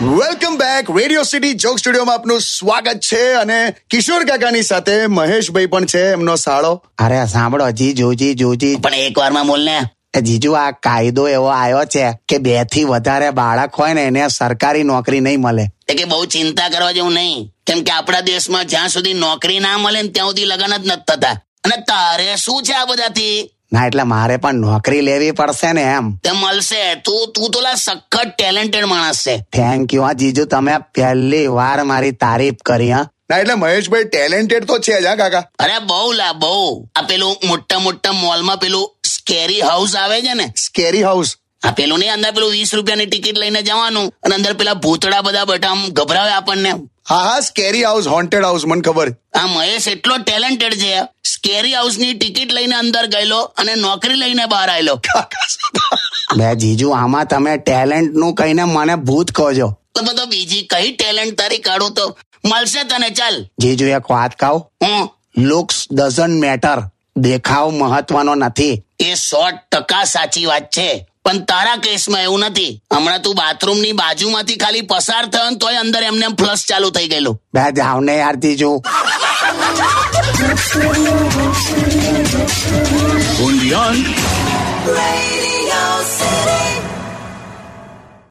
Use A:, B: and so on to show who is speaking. A: Welcome back radio city joke સ્ટુડિયોમાં આપનું સ્વાગત છે અને કિશોર કાકાની સાથે મહેશભાઈ પણ છે એમનો સાળો
B: અરે સાંભળો જીજુ જીજુ જી
C: પણ એક વારમાં બોલ ને
B: જીજુ આ કાયદો એવો આવ્યો છે કે બે થી વધારે બાળક હોય ને એને સરકારી નોકરી નહીં મળે
C: તે કે બહુ ચિંતા કરવા જેવું નહીં કેમ કે આપણા દેશમાં જ્યાં સુધી નોકરી ના મળે ને ત્યાં સુધી લગ્ન જ નથી થતા અને તારે શું છે આ બધાથી
B: ના એટલે મારે પણ નોકરી લેવી પડશે ને એમ
C: તે મળશે તું તું તો લા સખત ટેલેન્ટેડ માણસ છે
B: થેન્ક યુ હા જીજુ તમે પહેલી વાર મારી તારીફ કરી હા
A: ના એટલે મહેશભાઈ ટેલેન્ટેડ તો છે જ હા કાકા
C: અરે બહુ લા બહુ આ પેલું મોટા મોટા મોલમાં પેલું સ્કેરી હાઉસ આવે છે ને
A: સ્કેરી હાઉસ
C: આ પેલું નહીં અંદર પેલું વીસ રૂપિયાની ટિકિટ લઈને જવાનું અને અંદર પેલા ભૂતડા બધા બેઠા આમ ગભરાવે આપણને
A: હા હા સ્કેરી હાઉસ હોન્ટેડ હાઉસ મને ખબર
C: આ મહેશ એટલો ટેલેન્ટેડ છે સ્કેરી હાઉસની ટિકિટ લઈને અંદર ગયેલો અને નોકરી લઈને બહાર આવેલો
B: બે જીજુ આમાં તમે ટેલેન્ટ નું કહીને મને ભૂત કહો છો
C: તો બધો બીજી કઈ ટેલેન્ટ તારી કાઢું તો મળશે તને ચાલ
B: જીજુ એક વાત કહું
C: હું
B: લુક્સ ડઝન્ટ મેટર દેખાવ મહત્વનો નથી
C: એ સો ટકા સાચી વાત છે પણ તારા કેસમાં એવું નથી હમણાં તું બાથરૂમની બાજુમાંથી ખાલી પસાર થયો ને તોય અંદર એમને ફ્લશ ચાલુ થઈ ગયેલું
B: બે જાવ ને યાર જીજુ
D: Radio City.